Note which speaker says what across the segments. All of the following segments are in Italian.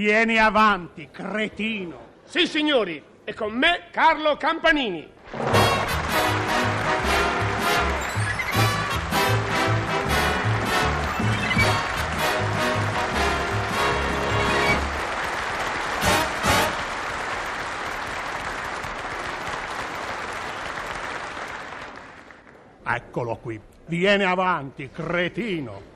Speaker 1: Vieni avanti, cretino.
Speaker 2: Sì, signori, e con me Carlo Campanini.
Speaker 1: Eccolo qui. Vieni avanti, cretino.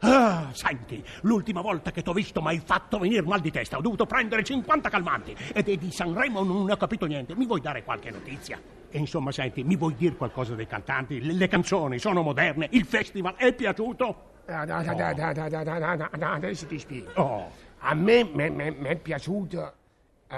Speaker 1: Ah, senti, l'ultima volta che t'ho visto mi hai fatto venire mal di testa. Ho dovuto prendere 50 calmanti. Ed è di Sanremo non ho capito niente. Mi vuoi dare qualche notizia? E insomma, senti, mi vuoi dire qualcosa dei cantanti? Le, le canzoni sono moderne, il festival è piaciuto?
Speaker 3: No, no, no, no, no, no, no, no, no, no, no, adesso ti spiego.
Speaker 1: Oh,
Speaker 3: A me mi è piaciuto eh,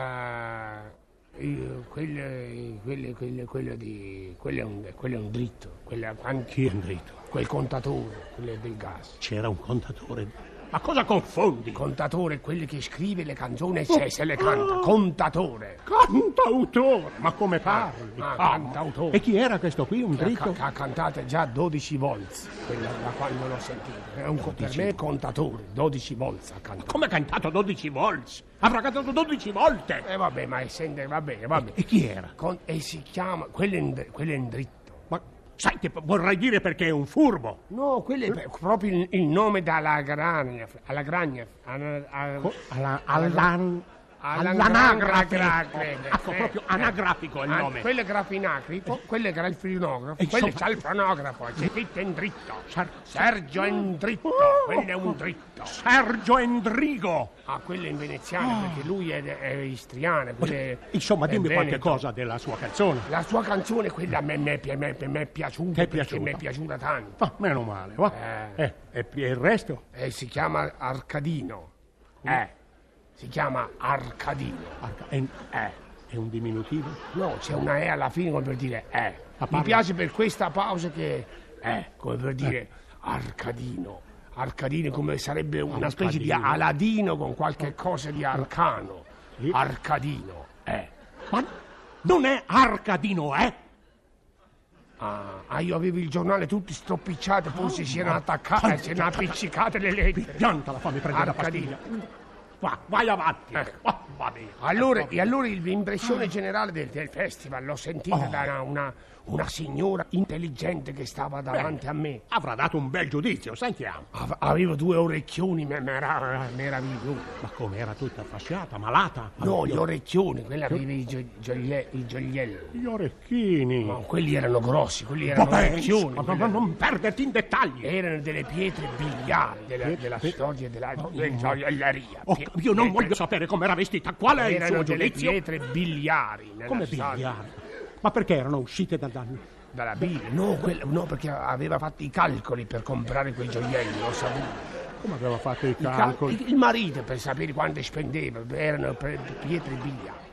Speaker 3: eh, quello, quello, quello, quello di. Quello è, un, quello è un dritto, quello, quando-
Speaker 1: chi è Enrico?
Speaker 3: quel contatore, quello del gas.
Speaker 1: C'era un contatore. Ma cosa confondi?
Speaker 3: Contatore è quello che scrive le canzoni e se, se le canta. Contatore.
Speaker 1: Cantautore! Ma come parli?
Speaker 3: Ah,
Speaker 1: Ah,
Speaker 3: cantautore.
Speaker 1: E chi era questo qui? Un
Speaker 3: Che ha,
Speaker 1: dritto?
Speaker 3: che ha cantato già 12 volte, quella da quando l'ho sentito. È un, co- per me è contatore, 12 volte ha cantato.
Speaker 1: Come ha cantato 12 volte? Avrà cantato 12 volte!
Speaker 3: E Eh, vabbè, ma essendo, va bene, va bene.
Speaker 1: E chi era?
Speaker 3: Con- e si chiama, quello è, un dr- quello è un dritto.
Speaker 1: Ma sai che p- vorrei dire perché è un furbo.
Speaker 3: No, quello è per- proprio il, il nome dalla gragna, alla gragna, alla, alla-
Speaker 1: Boh, Alla,
Speaker 3: alla-
Speaker 1: all'anagrafe. Ecco,
Speaker 3: eh,
Speaker 1: proprio
Speaker 3: eh.
Speaker 1: anagrafico è il
Speaker 3: Ah,
Speaker 1: nome.
Speaker 3: Quello è grafinacrico, quello è gra- il frinografo,
Speaker 1: E
Speaker 3: quello
Speaker 1: insomma-
Speaker 3: c'ha il fonografo, c'è tutto in dritto.
Speaker 1: Ser-
Speaker 3: Sergio è un dritto,
Speaker 1: Oh!
Speaker 3: quello è un dritto.
Speaker 1: Sergio Endrigo.
Speaker 3: Ah, quello è in veneziano, perché lui è, è istriano, quello è-
Speaker 1: Oh! Insomma,
Speaker 3: è
Speaker 1: dimmi qualche
Speaker 3: veneto.
Speaker 1: cosa della sua canzone.
Speaker 3: La sua canzone, quella a me, me- me- me- me è piaciuta,
Speaker 1: Ti è
Speaker 3: perché
Speaker 1: piaciuta?
Speaker 3: mi è piaciuta tanto.
Speaker 1: Ah, meno male, va.
Speaker 3: Eh.
Speaker 1: Eh, e pi- e il resto?
Speaker 3: Eh, si chiama Arcadino. Eh, si chiama Arcadino.
Speaker 1: Arca- è, eh, è un diminutivo?
Speaker 3: No, c'è una E alla fine come per dire eh.
Speaker 1: Ma
Speaker 3: Mi
Speaker 1: parla-
Speaker 3: piace per questa pausa che eh, come per dire Arcadino. Arcadino come sarebbe una specie di
Speaker 1: Arcadino.
Speaker 3: Aladino con qualche cosa di arcano.
Speaker 1: Sì.
Speaker 3: Arcadino, eh.
Speaker 1: Ma non è Arcadino, eh?
Speaker 3: Ah, ah, io avevo il giornale tutti stropicciato, poi si erano attaccate, si erano appiccicate le lettere.
Speaker 1: Pianta la fammi prendere la
Speaker 3: Arcadino.
Speaker 1: pastiglia. Eh. Va, vai avanti. Oh,
Speaker 3: Ecco.
Speaker 1: Va, va bene.
Speaker 3: Allora,
Speaker 1: Ecco.
Speaker 3: e allora il- l'impressione generale del, del festival l'ho sentita
Speaker 1: Oh.
Speaker 3: da una, una- una signora intelligente che stava davanti a me.
Speaker 1: Avrà dato un bel giudizio, sentiamo.
Speaker 3: Av- avevo due orecchioni me- mera- meravigliosi.
Speaker 1: Ma come era tutta affasciata, malata?
Speaker 3: No,
Speaker 1: Gli
Speaker 3: gli orecchioni, quelli aveva i, gio- gioie- i gioielli.
Speaker 1: gli orecchini.
Speaker 3: Ma quelli erano grossi, quelli erano
Speaker 1: Vabbè, ma-
Speaker 3: orecchioni.
Speaker 1: ma-
Speaker 3: quelli
Speaker 1: ma non perderti in dettagli.
Speaker 3: Erano delle pietre biliari della, della
Speaker 1: pe-
Speaker 3: storia della della gioielleria.
Speaker 1: Oh,
Speaker 3: Pie-
Speaker 1: io non
Speaker 3: pietre-
Speaker 1: voglio sapere com'era vestita, qual è il
Speaker 3: Erano
Speaker 1: suo
Speaker 3: delle
Speaker 1: giudizio.
Speaker 3: pietre biliari. nella
Speaker 1: Come
Speaker 3: storia.
Speaker 1: biliardo. Ma perché erano uscite dal danno?
Speaker 3: Dalla Bibbia? No, quella- no, perché aveva fatto i calcoli per comprare quei gioielli, lo sapevo.
Speaker 1: Come aveva fatto i
Speaker 3: I cal-
Speaker 1: calcoli?
Speaker 3: il marito per sapere quanto spendeva, erano pre- pietre biliari.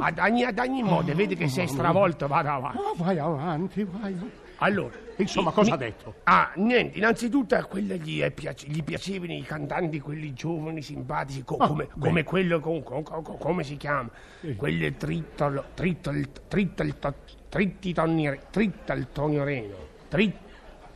Speaker 3: Ad ogni, ad ogni modo, vedi che sei stravolto, vada avanti.
Speaker 1: Ah, vai avanti, vai.
Speaker 3: Allora,
Speaker 1: Insomma,
Speaker 3: i-
Speaker 1: cosa
Speaker 3: mi-
Speaker 1: ha detto?
Speaker 3: Ah, niente, innanzitutto a quella gli, è piace- gli piacevano i cantanti, quelli giovani, simpatici, co-
Speaker 1: Ah,
Speaker 3: come,
Speaker 1: beh.
Speaker 3: come quello, con- con- con- con- come si chiama? Quello trittol, trittol, trittol, trittitoni- trittoltonio reno, tri-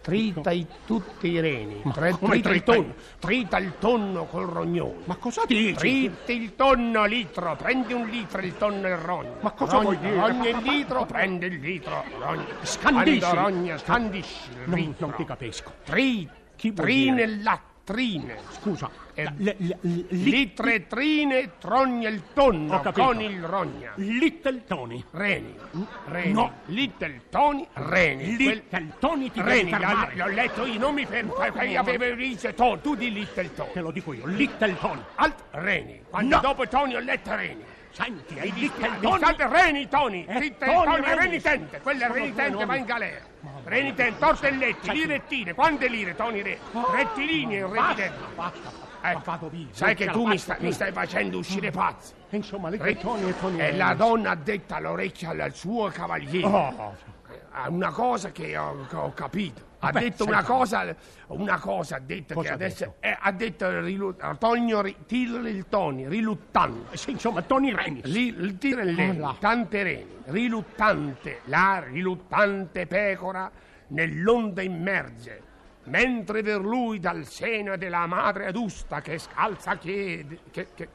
Speaker 3: trita i- tutti i reni, tre-
Speaker 1: come
Speaker 3: trita il
Speaker 1: trita i-
Speaker 3: tonno, trita il tonno col rognone.
Speaker 1: Ma cosa dici?
Speaker 3: Trita il tonno litro, prendi un litro il tonno e il rogno.
Speaker 1: Ma cosa vuoi dire?
Speaker 3: Rogno il litro, prendi il litro, rogno.
Speaker 1: Scandisci.
Speaker 3: Quando rogna, scandisci il
Speaker 1: Non,
Speaker 3: litro.
Speaker 1: non ti capisco.
Speaker 3: Tri,
Speaker 1: Chi vuol
Speaker 3: trine,
Speaker 1: dire?
Speaker 3: lattrine.
Speaker 1: Scusa.
Speaker 3: Eh,
Speaker 1: le- le- le-
Speaker 3: Litre, trine, trogna il tonno
Speaker 1: Ho capito.
Speaker 3: con il rogna.
Speaker 1: Little Tony.
Speaker 3: Reni, Reni,
Speaker 1: No.
Speaker 3: Little Tony, Reni. Quel-
Speaker 1: Little Tony ti devi
Speaker 3: Reni, l'ho,
Speaker 1: fermare.
Speaker 3: l'ho letto io, non mi fermo. Io avevo dice Tony, tu di
Speaker 1: Te
Speaker 3: Little Tony.
Speaker 1: lo dico io, Little Tony.
Speaker 3: Alt Reni. Quando
Speaker 1: No.
Speaker 3: dopo Tony ho letto Reni.
Speaker 1: Senti,
Speaker 3: Mi
Speaker 1: hai Little
Speaker 3: dispiace,
Speaker 1: Tony.
Speaker 3: state Reni, Tony,
Speaker 1: Eh,
Speaker 3: zitta
Speaker 1: Tony,
Speaker 3: il Tony, è
Speaker 1: Reni.
Speaker 3: renitente, quello è
Speaker 1: Sono due
Speaker 3: renitente,
Speaker 1: nomi.
Speaker 3: va in galera. Renitente, tortelletti, lirettine, quante lire, Tony Re? Rettilinee, il
Speaker 1: Cioè, Basta,
Speaker 3: renitente.
Speaker 1: basta. Ma
Speaker 3: Ecco,
Speaker 1: vado via.
Speaker 3: sai che
Speaker 1: non
Speaker 3: tu
Speaker 1: ce la
Speaker 3: mi,
Speaker 1: faccio
Speaker 3: sta-
Speaker 1: più.
Speaker 3: mi stai facendo uscire pazzo.
Speaker 1: E Insomma, Little
Speaker 3: Re-
Speaker 1: Tony e Tony.
Speaker 3: E la
Speaker 1: Reni.
Speaker 3: donna ha detto all'orecchio al suo cavaliere.
Speaker 1: Oh.
Speaker 3: Eh, Una cosa che ho, che ho capito. Ha
Speaker 1: Beh,
Speaker 3: detto una
Speaker 1: senta.
Speaker 3: cosa, una cosa ha detto
Speaker 1: Cosa
Speaker 3: che
Speaker 1: ha
Speaker 3: adesso
Speaker 1: detto?
Speaker 3: eh, ha detto rilu- Tonio Ri- Till il Tony, riluttante.
Speaker 1: Oh, Sì, insomma, Tony Reni.
Speaker 3: Li- il tigre lento,
Speaker 1: là.
Speaker 3: tante reni, riluttante, la riluttante pecora nell'onda immerge. mentre per lui dal seno della madre adusta che scalza chiede... Che, che-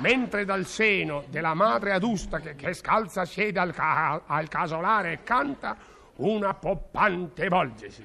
Speaker 3: mentre dal seno della madre adusta che, che scalza siede al, ca- al casolare e canta, una poppante volgesi.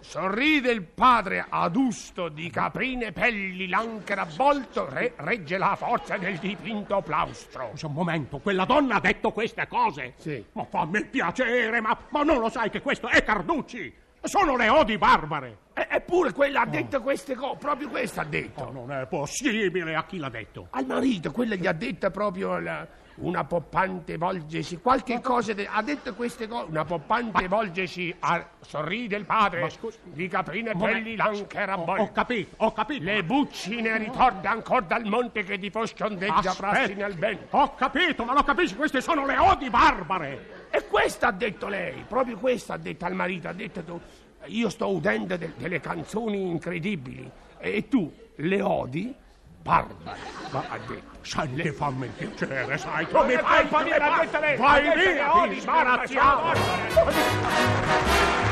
Speaker 3: Sorride il padre adusto di caprine pelli l'anchera avvolto, re- regge la forza del dipinto plaustro.
Speaker 1: Scusa un momento, quella donna ha detto queste cose?
Speaker 3: Sì.
Speaker 1: Ma fammi piacere, ma, ma non lo sai che questo è Carducci? Sono le odi barbare!
Speaker 3: E- Eh, eppure quella ha detto queste cose, proprio questa ha detto.
Speaker 1: Oh, non è possibile, a chi l'ha detto?
Speaker 3: Al marito, quella gli ha detta proprio la- una poppante volgesi, qualche cosa, de- ha detto queste cose, una poppante volgesi, a- sorride il padre,
Speaker 1: Ma scusa-
Speaker 3: di caprine
Speaker 1: Ma-
Speaker 3: pelli l'anchera
Speaker 1: Ho,
Speaker 3: bolle.
Speaker 1: ho capito, ho capito.
Speaker 3: Le buccine ritorna ancora dal monte che ti fosciondeggia frassi nel vento.
Speaker 1: ho capito, ma lo capisci, queste sono le odi barbare!
Speaker 3: E questa ha detto lei, proprio questa ha detto al marito, ha detto tu, io sto udendo de- delle canzoni incredibili e tu le odi? Barbare, ma ha detto.
Speaker 1: Senti, fammi il piacere, sai, tu mi fai
Speaker 3: fammi
Speaker 1: fare-
Speaker 3: la questa lei,
Speaker 1: Vai
Speaker 3: la questa
Speaker 1: via,
Speaker 3: le odi,
Speaker 1: disgraziato!
Speaker 3: barbare,